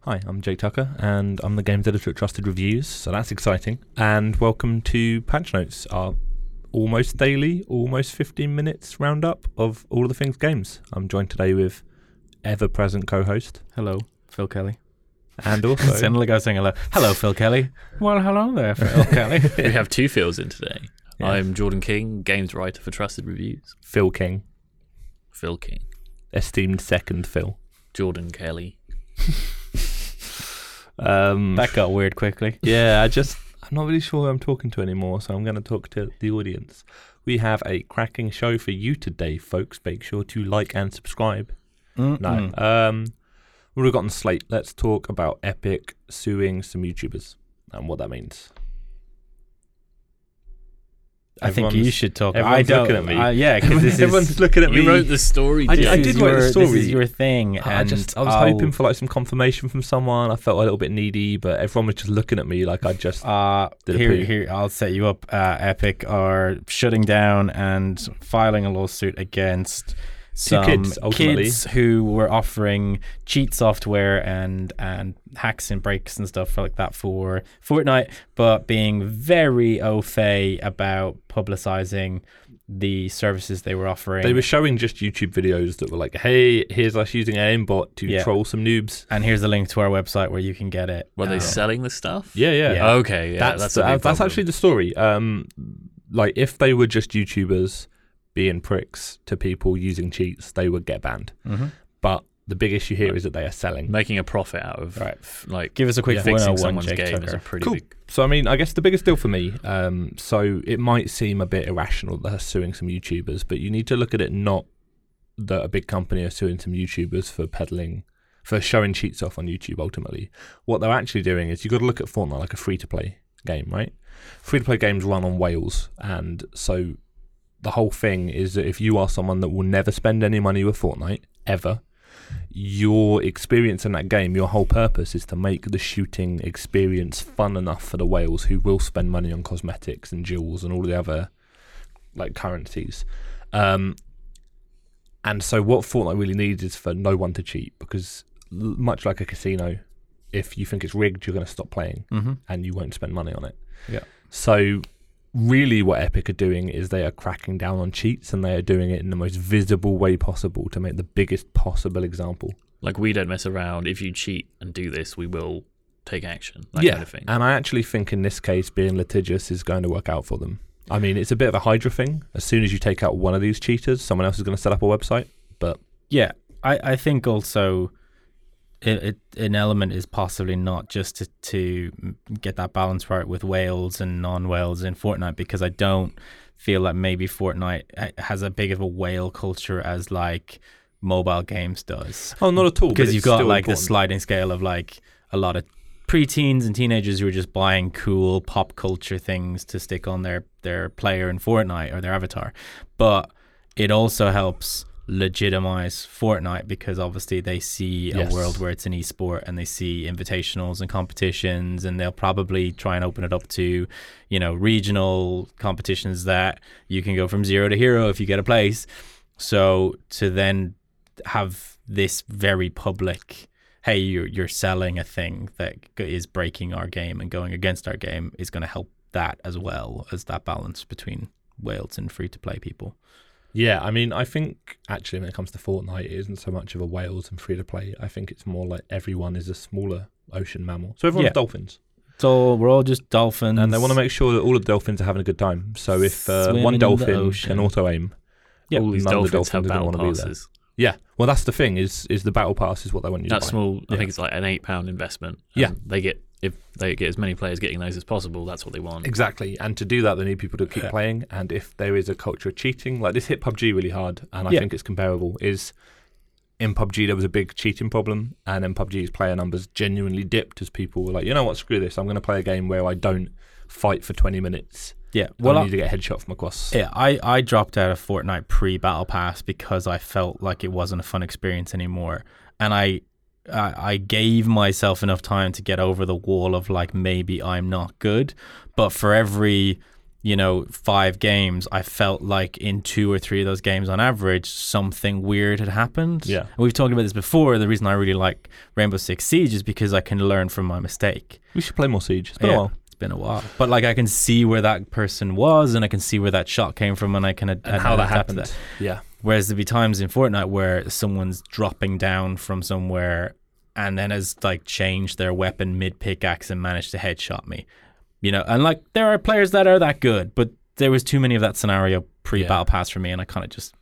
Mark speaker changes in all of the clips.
Speaker 1: Hi, I'm Jake Tucker, and I'm the games editor at Trusted Reviews, so that's exciting. And welcome to Patch Notes, our almost daily, almost 15 minutes roundup of all of the things games. I'm joined today with ever present co host
Speaker 2: Hello, Phil Kelly.
Speaker 1: and
Speaker 2: It sounded
Speaker 1: also.
Speaker 2: like I was saying hello. Hello, Phil Kelly. Well, hello there, Phil Kelly.
Speaker 3: we have two Phils in today.
Speaker 1: Yeah.
Speaker 3: I'm Jordan King, games writer for Trusted Reviews.
Speaker 1: Phil King,
Speaker 3: Phil King,
Speaker 1: esteemed second Phil.
Speaker 3: Jordan Kelly.
Speaker 1: Um,
Speaker 2: That got weird quickly.
Speaker 1: yeah, I just I'm not really sure who I'm talking to anymore, so I'm going to talk to the audience. We have a cracking show for you today, folks. Make sure to like and subscribe. No, um, what have we got on the slate? Let's talk about Epic suing some YouTubers and what that means.
Speaker 2: I think you
Speaker 1: Everyone's-
Speaker 2: should talk. I
Speaker 1: everyone's
Speaker 2: don't.
Speaker 1: looking at me.
Speaker 2: I- yeah, because this
Speaker 1: Everyone's
Speaker 2: is.
Speaker 1: looking at me.
Speaker 3: You wrote the story.
Speaker 1: I-
Speaker 3: Jake.
Speaker 1: I
Speaker 2: this
Speaker 1: did
Speaker 2: is
Speaker 1: write the
Speaker 2: your, This
Speaker 1: story.
Speaker 2: is your thing.
Speaker 1: I
Speaker 2: and
Speaker 1: just I was
Speaker 2: I'll-
Speaker 1: hoping for like some confirmation from someone. I felt a little bit needy, but everyone was just looking at me like I just
Speaker 2: Uh,
Speaker 1: Did a
Speaker 2: here,
Speaker 1: poo.
Speaker 2: here, I'll set you up. Uh, Epic are shutting down and filing a lawsuit against some
Speaker 1: kids, ultimately.
Speaker 2: kids who were offering cheat software and and hacks and breaks and stuff like that for Fortnite, but being very au fait about publicizing the services they were offering.
Speaker 1: They were showing just YouTube videos that were like, "Hey, here's us using an aimbot to
Speaker 2: Yeah.
Speaker 1: troll some noobs."
Speaker 2: and here's a link to our website where you can get it.
Speaker 3: Were they
Speaker 2: Um,
Speaker 3: selling the stuff?
Speaker 1: Yeah, yeah. Uh,
Speaker 2: Yeah.
Speaker 3: Okay. Yeah,
Speaker 1: that's
Speaker 3: that's
Speaker 1: the-
Speaker 3: a big
Speaker 1: that's
Speaker 3: problem.
Speaker 1: actually the story. Um, like if they were just YouTubers being pricks to people using cheats, they would get banned.
Speaker 2: Mhm.
Speaker 1: But the big issue here is that they are selling.
Speaker 3: making a profit out of
Speaker 2: Right.
Speaker 3: f- like
Speaker 2: Give us a quick
Speaker 1: oh
Speaker 3: fixing
Speaker 2: 101,
Speaker 3: someone's
Speaker 2: Jake
Speaker 3: game is a
Speaker 2: Tucker.
Speaker 3: pretty
Speaker 1: Cool.
Speaker 3: big.
Speaker 1: So I mean, I guess the biggest deal for me. Um, so it might seem a bit irrational that they're suing some YouTubers, but you need to look at it not that a big company are suing some YouTubers for peddling, for showing cheats off on YouTube. Ultimately, what they're actually doing is you've got to look at Fortnite like a free to play game, right? Free to play games run on whales, and so the whole thing is that if you are someone that will never spend any money with Fortnite ever, your experience in that game, your whole purpose is to make the shooting experience fun enough for the whales who will spend money on cosmetics and jewels and all the other like currencies. Um, and so, what Fortnite really needs is for no one to cheat because, l- much like a casino, if you think it's rigged, you're going to stop playing
Speaker 2: Mhm.
Speaker 1: and you won't spend money on it.
Speaker 2: Yeah.
Speaker 1: So, really, what Epic are doing is they are cracking down on cheats and they are doing it in the most visible way possible to make the biggest possible example.
Speaker 3: Like we don't mess around. If you cheat and do this, we will take action. That kind of thing.
Speaker 1: And I actually think in this case, being litigious is going to work out for them. I mean, it's a bit of a Hydra thing. As soon as you take out one of these cheaters, someone else is going to set up a website. But
Speaker 2: Yeah, I, I think also it, it, an element is possibly not just to, to get that balance right with whales and non whales in Fortnite because I don't feel that maybe Fortnite ha- has a big of a whale culture as like mobile games does
Speaker 1: oh, not at all.
Speaker 2: because you've got like the
Speaker 1: this.
Speaker 2: sliding scale of like a lot of preteens and teenagers who are just buying cool pop culture things to stick on their their player in Fortnite or their avatar. But it also helps legitimize Fortnite because obviously they see
Speaker 1: Yes.
Speaker 2: a world where it's an esport and they see invitationals and competitions and they'll probably try and open it up to, you know, regional competitions that you can go from zero to hero if you get a place. So to then have this very public, hey, you're you're selling a thing that g- is breaking our game and going against our game is going to help that as well as that balance between whales and free to play people.
Speaker 1: Yeah, I mean, I think actually when it comes to Fortnite, it isn't so much of a whales and free to play. I think it's more like everyone is a smaller ocean mammal. So everyone's
Speaker 2: Yeah.
Speaker 1: dolphins.
Speaker 2: So we're all just dolphins,
Speaker 1: And they want to make sure that all the dolphins are having a good time. So if uh,
Speaker 2: Swim in
Speaker 1: one
Speaker 2: the
Speaker 1: dolphin can
Speaker 2: ocean.
Speaker 1: auto aim,
Speaker 2: Yeah,
Speaker 3: All these
Speaker 1: none of
Speaker 3: dolphins,
Speaker 1: the
Speaker 3: have
Speaker 1: dolphins are
Speaker 3: battle
Speaker 1: going to want to be there.
Speaker 3: passes.
Speaker 1: Yeah. Well, that's the thing is is the battle pass is what they want you
Speaker 3: That
Speaker 1: to buy.
Speaker 3: small, I
Speaker 1: Yeah.
Speaker 3: think it's like an eight pound investment. and
Speaker 1: Yeah.
Speaker 3: they get if they get as many players getting those as possible. That's what they want.
Speaker 1: Exactly. And to do that, they need people to keep
Speaker 2: Yeah.
Speaker 1: playing. And if there is a culture of cheating, like this hit PUBG really hard, and I
Speaker 2: Yeah.
Speaker 1: think it's comparable, is in PUBG there was a big cheating problem, and then PUBG's player numbers genuinely dipped as people were like, you know what, screw this. I'm going to play a game where I don't fight for 20 minutes.
Speaker 2: yeah.
Speaker 1: Well,
Speaker 2: Well,
Speaker 1: I
Speaker 2: I,
Speaker 1: need to get a headshot from across.
Speaker 2: yeah, I I dropped out of Fortnite pre Battle Pass because I felt like it wasn't a fun experience anymore, and I. I I gave myself enough time to get over the wall of like maybe I'm not good, but for every you know, five games, I felt like in two or three of those games on average, something weird had happened.
Speaker 1: Yeah.
Speaker 2: And we've talked about this before. The reason I really like Rainbow Six Siege is because I can learn from my mistake.
Speaker 1: We should play more Siege. It's been
Speaker 2: Yeah,
Speaker 1: a while.
Speaker 2: It's been a while. But like I can see where that person was and I can see where that shot came from and I can ad-
Speaker 1: And how that
Speaker 2: adapt to
Speaker 1: happened. Yeah.
Speaker 2: Whereas there'd be times in Fortnite where someone's dropping down from somewhere and then has like changed their weapon mid pickaxe and managed to headshot me. You know, and like there are players that are that good, but there was too many of that scenario pre battle pass for me and I kind of just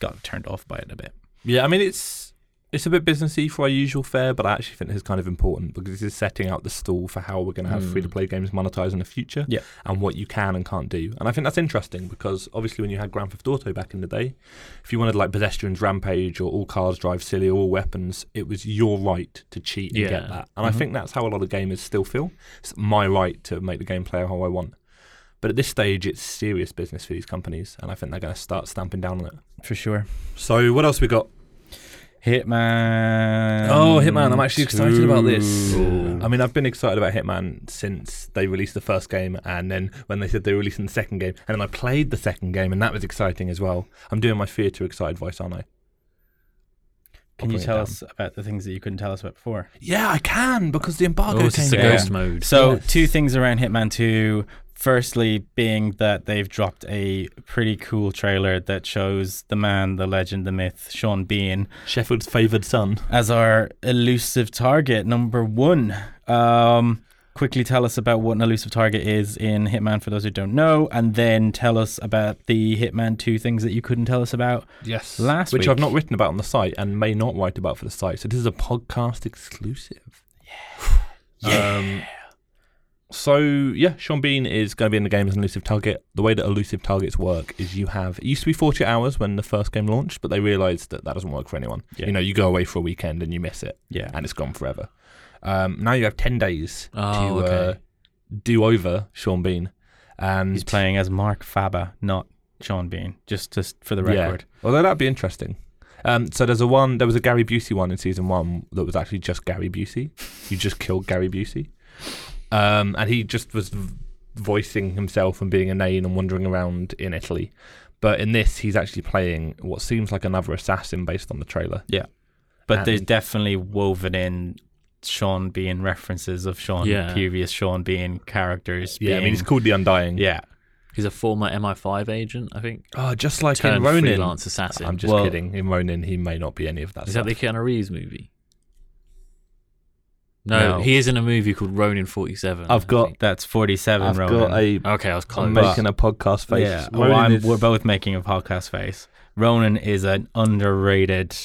Speaker 2: got turned off by it a bit.
Speaker 1: Yeah, I mean it's it's a bit businessy for our usual fare, but I actually think this is kind of important because this is setting out the stall for how we're going to have
Speaker 2: Mm.
Speaker 1: free to play games monetized in the future,
Speaker 2: Yeah.
Speaker 1: and what you can and can't do. And I think that's interesting because obviously when you had Grand Theft Auto back in the day, if you wanted like Pedestrians Rampage or All Cars Drive Silly or All Weapons, it was your right to cheat and
Speaker 3: Yeah.
Speaker 1: get that. And I
Speaker 2: Mhm.
Speaker 1: think that's how a lot of gamers still feel. It's my right to make the game play how I want. But at this stage, it's serious business for these companies, and I think they're going to start stamping down on it.
Speaker 2: For sure.
Speaker 1: So, what else we got?
Speaker 2: Hitman.
Speaker 1: Oh, Hitman! I'm actually excited about this.
Speaker 2: 2.
Speaker 1: I mean, I've been excited about Hitman since they released the first game, and then when they said they were releasing the second game, and then I played the second game, and that was exciting as well. I'm doing my Fear Too Excited voice, aren't I?
Speaker 2: Can you
Speaker 1: I'll bring it
Speaker 2: tell
Speaker 1: down.
Speaker 2: us about the things that you couldn't tell us about before?
Speaker 1: Yeah, I can because the embargo
Speaker 3: oh, it's
Speaker 1: came
Speaker 3: the
Speaker 2: down.
Speaker 3: ghost mode.
Speaker 2: So,
Speaker 1: Yes.
Speaker 2: two things around Hitman 2. Firstly, being that they've dropped a pretty cool trailer that shows the man, the legend, the myth, Sean Bean,
Speaker 1: Sheffield's favoured son.
Speaker 2: as our elusive target number one. Um, quickly tell us about what an elusive target is in Hitman for those who don't know, and then tell us about the Hitman 2 things that you couldn't tell us about.
Speaker 1: Yes,
Speaker 2: Last
Speaker 1: which
Speaker 2: week-
Speaker 1: I've not written about on the site and may not write about for the site. So this is a podcast exclusive. Yeah. Um, so yeah, Sean Bean is going to be in the game as an elusive target. The way that elusive targets work is you have it used to be 40 hours when the first game launched, but they realised that that doesn't work for anyone.
Speaker 2: Yeah.
Speaker 1: You know, you go away for a weekend and you miss it,
Speaker 2: Yeah.
Speaker 1: and it's gone forever. Um, now you have 10 days
Speaker 3: Oh,
Speaker 1: to uh,
Speaker 3: okay.
Speaker 1: do over Sean Bean, and
Speaker 2: He's playing as Mark Faber, not Sean Bean, just, just for the record.
Speaker 1: Yeah. Although that'd be interesting. Um, so there's a one. There was a Gary Busey one in season one that was actually just Gary Busey. You just killed Gary Busey, um, and he just was v- voicing himself and being inane and wandering around in Italy. But in this, he's actually playing what seems like another assassin based on the trailer.
Speaker 2: But there's
Speaker 1: And-
Speaker 2: definitely woven in Sean being references of Sean
Speaker 3: Yeah.
Speaker 2: previous Sean being characters.
Speaker 1: Yeah, I mean,
Speaker 2: being-
Speaker 1: it's called The Undying.
Speaker 2: yeah.
Speaker 3: He's a former MI5 agent, I think.
Speaker 1: Oh, just like in
Speaker 3: Turned
Speaker 1: Ronin.
Speaker 3: freelance assassin.
Speaker 1: I'm just
Speaker 2: Well-
Speaker 1: kidding. In Ronin, he may not be any of that.
Speaker 3: Is that
Speaker 1: stuff.
Speaker 3: the Keanu Reeves movie? No,
Speaker 2: No.
Speaker 3: he is in a movie called Ronin 47.
Speaker 1: I've
Speaker 3: I
Speaker 1: got-
Speaker 3: think.
Speaker 2: That's 47,
Speaker 1: I've
Speaker 2: Ronan.
Speaker 1: got a.
Speaker 3: Okay, I was close.
Speaker 1: I'm making a podcast face.
Speaker 2: yeah.
Speaker 1: Ronin
Speaker 2: Well, I'm,
Speaker 1: is-
Speaker 2: We're both making a podcast face. Ronan is an underrated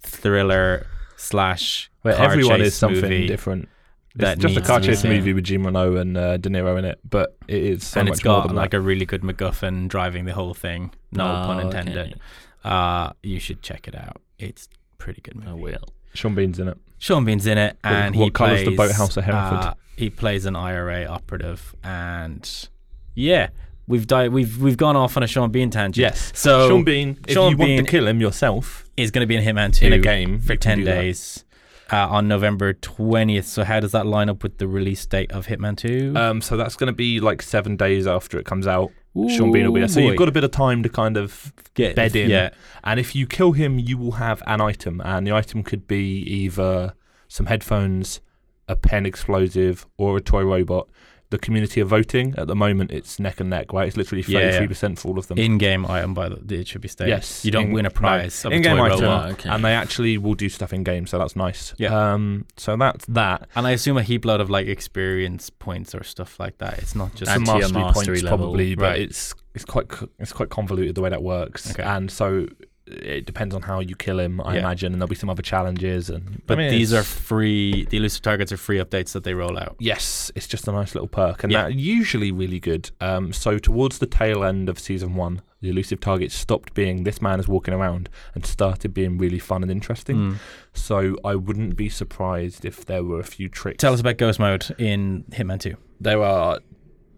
Speaker 2: thriller slash
Speaker 1: where
Speaker 2: car
Speaker 1: everyone
Speaker 2: chase
Speaker 1: is something
Speaker 2: movie
Speaker 1: different.
Speaker 2: that
Speaker 1: it's just a
Speaker 2: needs
Speaker 1: car
Speaker 2: to be
Speaker 1: chase
Speaker 2: seen.
Speaker 1: movie with Jim Reno and uh, De Niro in it, but it is so
Speaker 2: and
Speaker 1: much
Speaker 2: it's
Speaker 1: more
Speaker 2: got
Speaker 1: than
Speaker 2: like
Speaker 1: that.
Speaker 2: a really good MacGuffin driving the whole thing. No pun
Speaker 3: Oh, okay.
Speaker 2: intended. Uh, you should check it out. It's pretty good movie.
Speaker 3: I will.
Speaker 1: Sean Bean's in it.
Speaker 2: Sean Bean's in it, and
Speaker 1: what
Speaker 2: he
Speaker 1: colour's
Speaker 2: plays
Speaker 1: the boathouse at Hereford?
Speaker 2: uh, he plays an IRA operative, and yeah, we've di- we've we've gone off on a Sean Bean tangent.
Speaker 1: Yes.
Speaker 2: so
Speaker 1: Sean Bean. If
Speaker 2: Sean
Speaker 1: you
Speaker 2: Bean-
Speaker 1: want to kill him yourself
Speaker 2: is going to be in Hitman Two
Speaker 1: in a game
Speaker 2: for
Speaker 1: you can
Speaker 2: ten
Speaker 1: do that.
Speaker 2: days uh, on November twentieth. So how does that line up with the release date of Hitman Two?
Speaker 1: Um, so that's going to be like seven days after it comes out. Sean Bean will be there. So you've got a bit of time to kind of
Speaker 2: get
Speaker 1: bed in.
Speaker 2: Yeah,
Speaker 1: And if you kill him, you will have an item, and the item could be either some headphones, a pen explosive, or a toy robot. The community are voting at the moment. It's neck and neck, right? It's literally
Speaker 2: Yeah, yeah.
Speaker 1: thirty-three percent for all of them.
Speaker 2: in-game item by the it should be stated.
Speaker 1: Yes,
Speaker 2: you don't
Speaker 1: in-
Speaker 2: win a
Speaker 1: no.
Speaker 2: prize. of a
Speaker 1: In-game
Speaker 2: toy
Speaker 1: item.
Speaker 2: robot.
Speaker 3: Oh, okay.
Speaker 1: and they actually will do stuff in game, so that's nice.
Speaker 2: Yeah.
Speaker 1: Um. So that's that.
Speaker 2: And I assume a heap lot of like experience points or stuff like that. It's not just
Speaker 3: And
Speaker 1: Some
Speaker 3: tier
Speaker 1: mastery
Speaker 3: mastery
Speaker 1: points
Speaker 3: level.
Speaker 1: probably, but
Speaker 2: Right.
Speaker 1: it's it's quite co- it's quite convoluted the way that works,
Speaker 2: Okay.
Speaker 1: and so it depends on how you kill him, I
Speaker 2: Yeah.
Speaker 1: imagine, and there'll be some other challenges. And
Speaker 2: But
Speaker 1: I mean,
Speaker 2: these are
Speaker 1: it's-
Speaker 2: free. The elusive targets are free updates that they roll out.
Speaker 1: Yes, it's just a nice little perk, and
Speaker 2: Yeah.
Speaker 1: that usually really good. Um, so towards the tail end of season one, the elusive target stopped being this man is walking around and started being really fun and interesting.
Speaker 2: Mm. Hmm.
Speaker 1: So I wouldn't be surprised if there were a few tricks.
Speaker 2: Tell us about Ghost Mode in Hitman Two.
Speaker 1: there are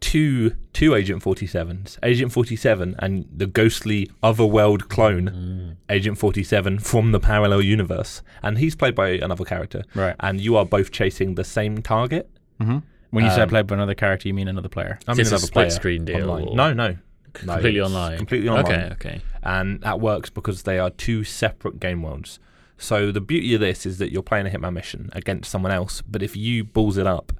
Speaker 1: two two Agent 47s. Agent 47 and the ghostly otherworld clone,
Speaker 3: Mm.
Speaker 1: Agent 47 from the parallel universe. And he's played by another character.
Speaker 2: Right.
Speaker 1: And you are both chasing the same target.
Speaker 2: Mm-hmm. When you say I
Speaker 1: Um,
Speaker 2: played by another character, you mean another player.
Speaker 1: I mean,
Speaker 3: Is this a
Speaker 1: another
Speaker 3: split
Speaker 1: player
Speaker 3: screen deal
Speaker 1: Online.
Speaker 3: or-
Speaker 1: No, no, No,
Speaker 3: completely
Speaker 1: it's
Speaker 3: online.
Speaker 1: Completely online.
Speaker 3: Okay, okay.
Speaker 1: and that works because they are two separate game worlds. So the beauty of this is that you're playing a Hitman mission against someone else, but if you balls it up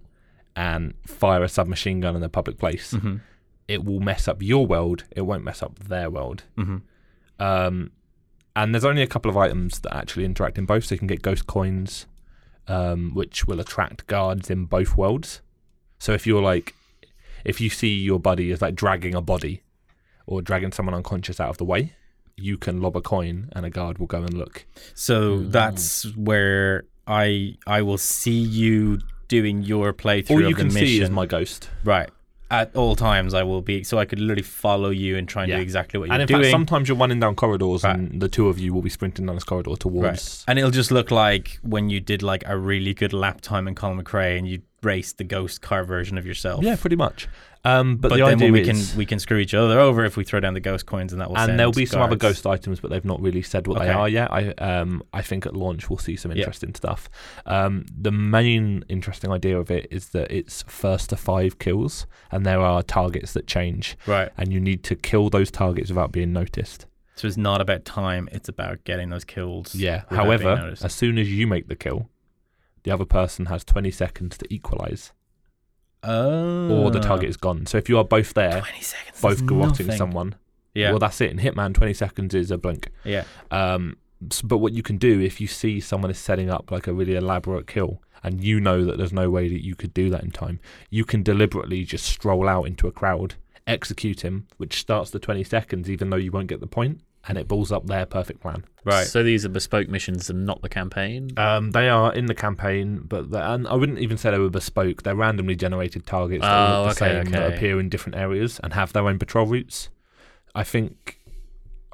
Speaker 1: and fire a submachine gun in a public place,
Speaker 2: Mhm.
Speaker 1: it will mess up your world. It won't mess up their world.
Speaker 2: Mhm.
Speaker 1: Um, and there's only a couple of items that actually interact in both. So you can get ghost coins, um, which will attract guards in both worlds. So if you're like, if you see your buddy is like dragging a body or dragging someone unconscious out of the way, you can lob a coin and a guard will go and look.
Speaker 2: So
Speaker 1: Mm.
Speaker 2: that's where I I will see you doing your playthrough
Speaker 1: All
Speaker 2: of
Speaker 1: you
Speaker 2: the
Speaker 1: can
Speaker 2: mission.
Speaker 1: see is my ghost.
Speaker 2: right. At all times, I will be so I could literally follow you and try and
Speaker 1: Yeah.
Speaker 2: do exactly what you're
Speaker 1: And in
Speaker 2: doing.
Speaker 1: fact, sometimes you're running down corridors and the two of you will be sprinting down this corridor
Speaker 2: Right.
Speaker 1: towards.
Speaker 2: And it'll just look like when you did like a really good lap time in Colin McRae and you raced the ghost car version of yourself.
Speaker 1: Yeah, pretty much. Um, but,
Speaker 2: But
Speaker 1: the
Speaker 2: then
Speaker 1: idea
Speaker 2: when we
Speaker 1: is,
Speaker 2: can we can screw each other over if we throw down the ghost coins and that will send
Speaker 1: and there'll be some other
Speaker 2: guards.
Speaker 1: ghost items, but they've not really said what they
Speaker 2: Okay.
Speaker 1: are yet. I um I think at launch we'll see some
Speaker 2: Yeah.
Speaker 1: interesting stuff. Um, the main interesting idea of it is that it's first to five kills, and there are targets that change,
Speaker 2: Right.
Speaker 1: and you need to kill those targets without being noticed.
Speaker 2: So it's not about time, it's about getting those kills.
Speaker 1: Yeah.
Speaker 2: without being
Speaker 1: However,
Speaker 2: noticed.
Speaker 1: as soon as you make the kill, the other person has 20 seconds to equalize,
Speaker 2: Oh.
Speaker 1: or the target is gone. So if you are both there,
Speaker 2: 20 seconds.
Speaker 1: both
Speaker 2: is
Speaker 1: garrotting
Speaker 2: nothing.
Speaker 1: someone,
Speaker 2: Yeah.
Speaker 1: well, that's it. In Hitman, 20 seconds is a blink.
Speaker 2: yeah.
Speaker 1: Um, s- but what you can do if you see someone is setting up like a really elaborate kill and you know that there's no way that you could do that in time, you can deliberately just stroll out into a crowd, execute him, which starts the 20 seconds, even though you won't get the point, and it balls up their perfect plan.
Speaker 2: Right.
Speaker 3: So these are bespoke missions and not the campaign.
Speaker 1: Um, they are in the campaign, but the, and I wouldn't even say they were bespoke. They're randomly generated targets that
Speaker 3: Oh,
Speaker 1: look the
Speaker 3: okay,
Speaker 1: same that
Speaker 3: okay.
Speaker 1: appear in different areas and have their own patrol routes. I think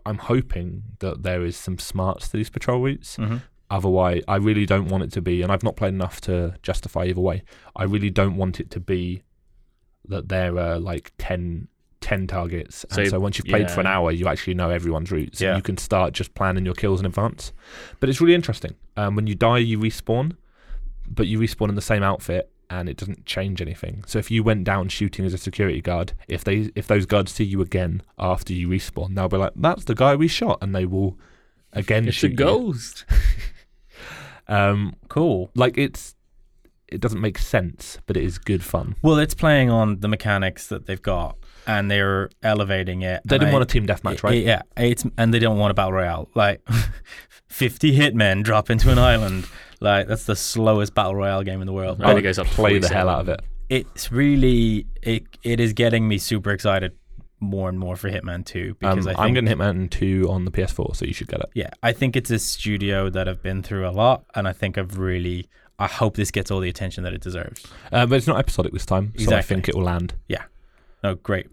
Speaker 1: I'm hoping that there is some smarts to these patrol routes.
Speaker 2: Mhm.
Speaker 1: Otherwise, I really don't want it to be, and I've not played enough to justify either way. I really don't want it to be that there are like 10, 10 targets. And
Speaker 3: So,
Speaker 1: so, once you've played for an
Speaker 3: yeah.
Speaker 1: hour, you actually know everyone's routes.
Speaker 2: Yeah.
Speaker 1: And you can start just planning your kills in advance. But it's really interesting. Um, when you die, you respawn, but you respawn in the same outfit. And it doesn't change anything. So if you went down shooting as a security guard, if they if those guards see you again after you respawn, they'll be like, "That's the guy we shot," and they will again
Speaker 3: it's a
Speaker 1: shoot you.
Speaker 3: ghost.
Speaker 1: Um,
Speaker 2: Cool.
Speaker 1: like it's it doesn't make sense, but it is good fun.
Speaker 2: Well, it's playing on the mechanics that they've got and they're elevating it.
Speaker 1: They
Speaker 2: and
Speaker 1: didn't
Speaker 2: I-
Speaker 1: want a team deathmatch,
Speaker 2: Y-
Speaker 1: right?
Speaker 2: Yeah, it's and they don't want a battle royale. Like, fifty hitmen drop into an island. Like that's the slowest battle royale game in the world.
Speaker 3: Right, it goes up to
Speaker 1: Play the
Speaker 3: 47.
Speaker 1: hell out of it.
Speaker 2: It's really it it is getting me super excited more and more for Hitman Two because
Speaker 1: Um,
Speaker 2: I think
Speaker 1: I'm going to Hitman 2 on the PS4, so you should get it.
Speaker 2: yeah I think it's a studio that I've been through a lot and I think I've really I hope this gets all the attention that it deserves.
Speaker 1: Uh, but it's not episodic this time, so I
Speaker 2: Exactly.
Speaker 1: think it will land.
Speaker 2: Oh great.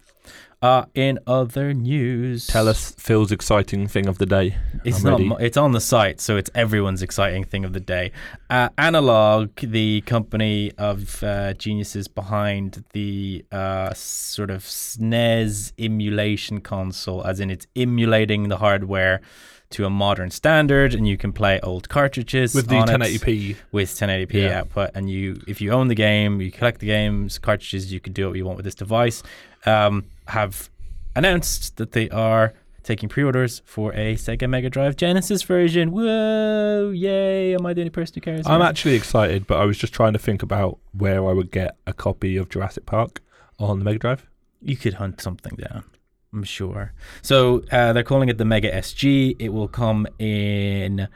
Speaker 2: Uh, in other news,
Speaker 1: Tell us Phil's exciting thing of the day.
Speaker 2: It's
Speaker 1: I'm
Speaker 2: not.
Speaker 1: ready.
Speaker 2: mu- It's on the site, so it's everyone's exciting thing of the day. Uh, Analog, the company of uh, geniuses behind the uh, sort of SNES emulation console, as in it's emulating the hardware to a modern standard, and you can play old cartridges
Speaker 1: With the
Speaker 2: on it
Speaker 1: 1080p.
Speaker 2: with 1080p
Speaker 1: Yeah.
Speaker 2: output and you if you own the game you collect the games cartridges you can do what you want with this device um, have announced that they are taking pre-orders for a sega mega drive genesis version whoa yay am i the only person who cares
Speaker 1: I'm
Speaker 2: about
Speaker 1: actually excited, but I was just trying to think about where I would get a copy of Jurassic Park on the Mega Drive.
Speaker 2: you could hunt something down i'm sure so uh, they're calling it the mega sg it will come in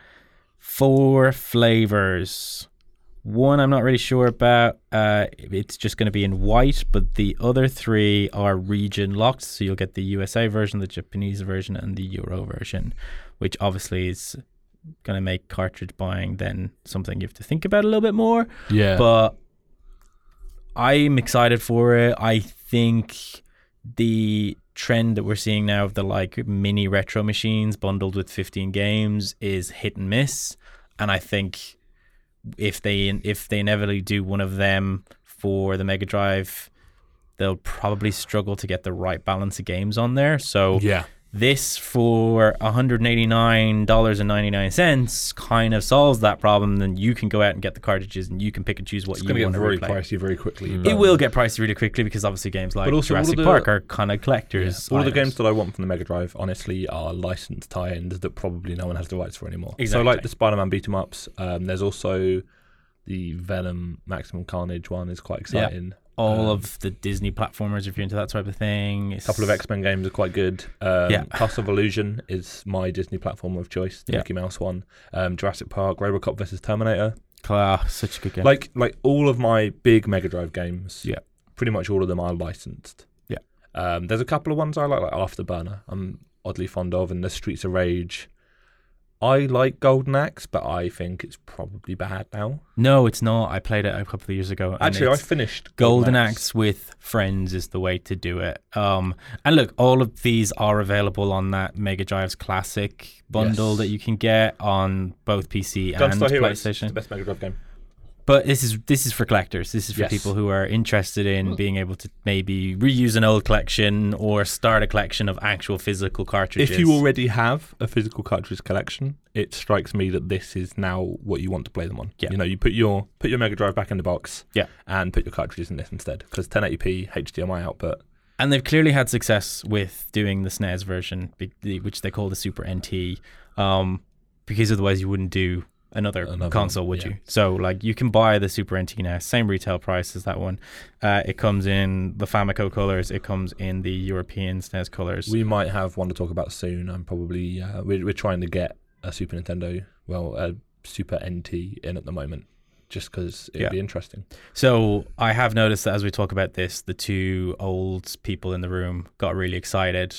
Speaker 2: four flavors one i'm not really sure about uh, it's just going to be in white but the other three are region locked so you'll get the usa version the japanese version and the euro version which obviously is going to make cartridge buying then something you have to think about a little bit more
Speaker 1: Yeah.
Speaker 2: but I'm excited for it. I think the trend that we're seeing now of the like mini retro machines bundled with 15 games is hit and miss, and I think if they if they inevitably do one of them for the Mega Drive, they'll probably struggle to get the right balance of games on there. So
Speaker 1: yeah.
Speaker 2: This for $189.99 kind of solves that problem. Then you can go out and get the cartridges and you can pick and choose what
Speaker 1: It's
Speaker 2: you
Speaker 1: going to
Speaker 2: want
Speaker 1: get
Speaker 2: to
Speaker 1: very
Speaker 2: replay.
Speaker 1: pricey very quickly.
Speaker 2: It
Speaker 1: but-
Speaker 2: will get pricey really quickly because obviously games like
Speaker 1: But also all
Speaker 2: Jurassic
Speaker 1: the-
Speaker 2: Park are kind of collectors.
Speaker 1: All of the
Speaker 2: items.
Speaker 1: games that I want from the Mega Drive, honestly, are licensed tie-ins that probably no one has the rights for anymore. So,
Speaker 2: Exactly.
Speaker 1: like the Spider-Man beat 'em ups. Um, there's also the Venom Maximum Carnage one is quite
Speaker 2: Yeah.
Speaker 1: exciting.
Speaker 2: all
Speaker 1: Um,
Speaker 2: of the Disney platformers, if you're into that type of thing.
Speaker 1: A couple of X Men games are quite good. Um,
Speaker 2: Yeah.
Speaker 1: Castle of Illusion is my Disney platform of choice, the
Speaker 2: Yeah.
Speaker 1: Mickey Mouse one. Um, Jurassic Park, RoboCop versus Terminator.
Speaker 2: Ah, such a good game.
Speaker 1: Like like all of my big Mega Drive games.
Speaker 2: Yeah.
Speaker 1: Pretty much all of them are licensed.
Speaker 2: Yeah.
Speaker 1: Um, there's a couple of ones I like, like Afterburner. I'm oddly fond of, and the Streets of Rage. I like Golden Axe, but I think it's probably bad now.
Speaker 2: no, it's not. I played it a couple of years ago. and
Speaker 1: Actually, I
Speaker 2: it's-
Speaker 1: finished
Speaker 2: Golden Axe with friends is the way to do it. Um, and look, all of these are available on that Mega Drive's classic bundle
Speaker 1: Yes.
Speaker 2: that you can get on both PC and
Speaker 1: Gunstar Heroes, is
Speaker 2: PlayStation.
Speaker 1: the best Mega Drive game.
Speaker 2: But this is this is for collectors. This is for
Speaker 1: Yes. Hmm.
Speaker 2: people who are interested in being able to maybe reuse an old collection or start a collection of actual physical cartridges.
Speaker 1: If you already have a physical cartridge collection, it strikes me that this is now what you want to play them on.
Speaker 2: Yeah.
Speaker 1: You know, you put your put your Mega Drive back in the box.
Speaker 2: Yeah.
Speaker 1: And put your cartridges in this instead, because 1080p HDMI output.
Speaker 2: And they've clearly had success with doing the SNES version, be- the- which they call the Super NT, um, because otherwise you wouldn't do another,
Speaker 1: Another one,
Speaker 2: console, would
Speaker 1: yeah.
Speaker 2: you? So, like, you can buy the Super NT now, same retail price as that one. Uh, it comes in the Famico colors, it comes in the European SNES colors.
Speaker 1: We might have one to talk about soon. I'm probably uh, we're we're trying to get a Super Nintendo, well, a Super NT in at the moment, just because it'd
Speaker 2: Yeah.
Speaker 1: be interesting.
Speaker 2: So I have noticed that as we talk about this, the two old people in the room got really excited.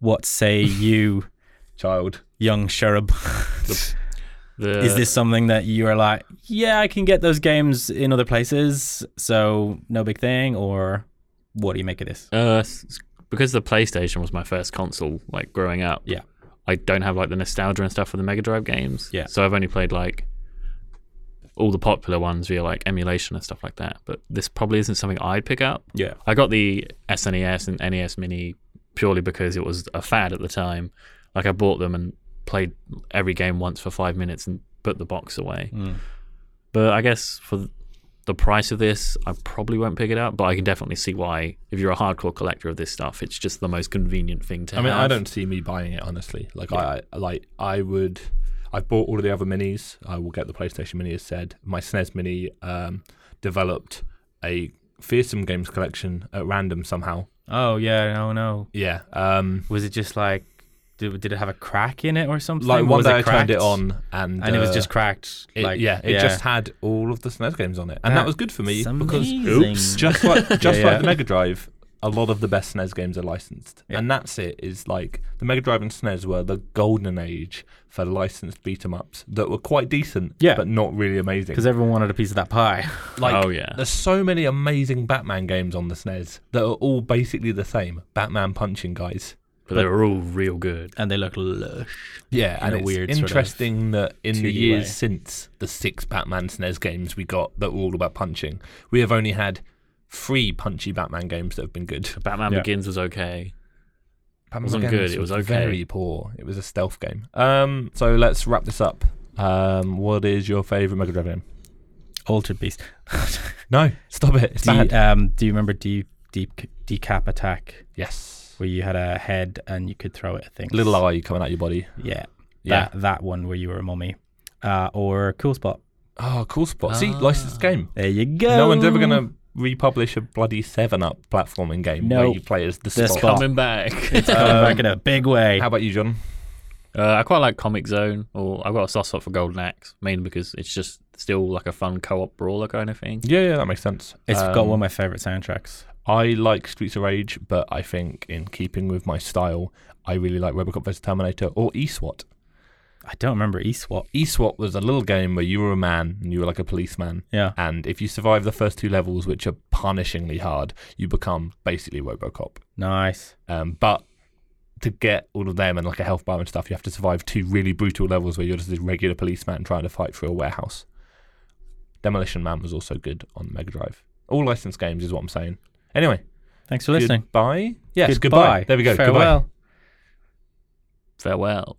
Speaker 2: What say you,
Speaker 1: Child,
Speaker 2: young cherub?
Speaker 3: The,
Speaker 2: Is this something that you are like, yeah, I can get those games in other places, so no big thing, or what do you make of this?
Speaker 3: Uh, s- s- because the PlayStation was my first console, like growing up.
Speaker 2: Yeah.
Speaker 3: I don't have like the nostalgia and stuff for the Mega Drive games.
Speaker 2: Yeah.
Speaker 3: So I've only played like all the popular ones via like emulation and stuff like that. But this probably isn't something I'd pick up.
Speaker 2: Yeah.
Speaker 3: I got the SNES and NES Mini purely because it was a fad at the time. Like I bought them and played every game once for five minutes and put the box away.
Speaker 1: Hmm.
Speaker 3: But I guess for th- the price of this, I probably won't pick it up. But I can definitely see why, if you're a hardcore collector of this stuff, it's just the most convenient thing to
Speaker 1: I mean,
Speaker 3: have.
Speaker 1: I don't see me buying it honestly. Like I, I like I would. I've bought all of the other minis. I will get the PlayStation Mini, as said. My SNES Mini um, developed a fearsome games collection at random somehow.
Speaker 2: Oh yeah, no, no.
Speaker 1: Yeah. Um,
Speaker 2: Was it just like, did, did it have a crack in it or something?
Speaker 1: like one
Speaker 2: Was
Speaker 1: day I turned
Speaker 2: cracked?
Speaker 1: it on and
Speaker 2: and it was
Speaker 1: uh,
Speaker 2: just cracked.
Speaker 1: it-
Speaker 2: like
Speaker 1: yeah, it just had all of the SNES games on it, and
Speaker 2: That-
Speaker 1: that was good for me
Speaker 2: It's
Speaker 1: because
Speaker 2: amazing.
Speaker 1: Oops. Just like just
Speaker 2: yeah.
Speaker 1: like the Mega Drive, a lot of the best SNES games are licensed,
Speaker 2: Yeah.
Speaker 1: and that's it. Is like the Mega Drive and SNES were the golden age for licensed beat 'em ups that were quite decent,
Speaker 2: Yeah.
Speaker 1: but not really amazing.
Speaker 2: because everyone wanted a piece of that pie.
Speaker 1: Like,
Speaker 3: oh yeah,
Speaker 1: there's so many amazing Batman games on the SNES that are all basically the same. Batman punching guys.
Speaker 3: but they were all real good.
Speaker 2: and they look lush.
Speaker 1: Yeah,
Speaker 2: in
Speaker 1: and
Speaker 2: a
Speaker 1: it's
Speaker 2: weird sort of
Speaker 1: interesting that in the
Speaker 2: 2D
Speaker 1: years
Speaker 2: way.
Speaker 1: since the six Batman SNES games we got that were all about punching, we have only had three punchy Batman games that have been good.
Speaker 3: Batman
Speaker 2: Yeah.
Speaker 3: Begins was okay.
Speaker 1: Batman
Speaker 3: Wasn't
Speaker 1: Begins
Speaker 3: good, it was okay.
Speaker 1: Very poor. It was a stealth game. Um, so let's wrap this up. Um, what is your favorite Mega Drive game?
Speaker 2: Altered Beast.
Speaker 1: No, stop it. It's
Speaker 2: do, you,
Speaker 1: bad.
Speaker 2: um, do you remember deep, deep decap attack
Speaker 1: yes.
Speaker 2: where you had a head and you could throw it at things?
Speaker 1: Little eye coming out your body.
Speaker 2: Yeah,
Speaker 1: Yeah.
Speaker 2: That, that one where you were a mummy, uh, or Cool Spot.
Speaker 1: Oh, cool spot. See,
Speaker 3: Ah.
Speaker 1: licensed game.
Speaker 2: There you go.
Speaker 1: No one's ever gonna republish a bloody Seven Up platforming game where
Speaker 2: No.
Speaker 1: you play as the
Speaker 2: The
Speaker 1: spot.
Speaker 2: Spot.
Speaker 3: Coming back.
Speaker 2: It's coming
Speaker 1: Um,
Speaker 2: back in a big way.
Speaker 1: How about you, John?
Speaker 3: Uh, I quite like Comic Zone, or I've got a soft spot for Golden Axe, mainly because it's just still like a fun co-op brawler kind of thing.
Speaker 1: Yeah, yeah, that makes sense.
Speaker 2: It's got
Speaker 1: Um,
Speaker 2: one of my favorite soundtracks.
Speaker 1: I like Streets of Rage, but I think in keeping with my style, I really like Robocop vs Terminator or ESWAT.
Speaker 2: I don't remember eSwap.
Speaker 1: ESWAT was a little game where you were a man and you were like a policeman.
Speaker 2: Yeah.
Speaker 1: And if you survive the first two levels, which are punishingly hard, you become basically Robocop.
Speaker 2: Nice.
Speaker 1: Um, but to get all of them and like a health bar and stuff, you have to survive two really brutal levels where you're just a regular policeman trying to fight through a warehouse. Demolition Man was also good on the Mega Drive. All licensed games is what I'm saying. Anyway,
Speaker 2: Thanks for listening.
Speaker 1: goodbye. Yes,
Speaker 2: Goodbye.
Speaker 1: There we go.
Speaker 2: Farewell.
Speaker 1: Goodbye.
Speaker 3: farewell.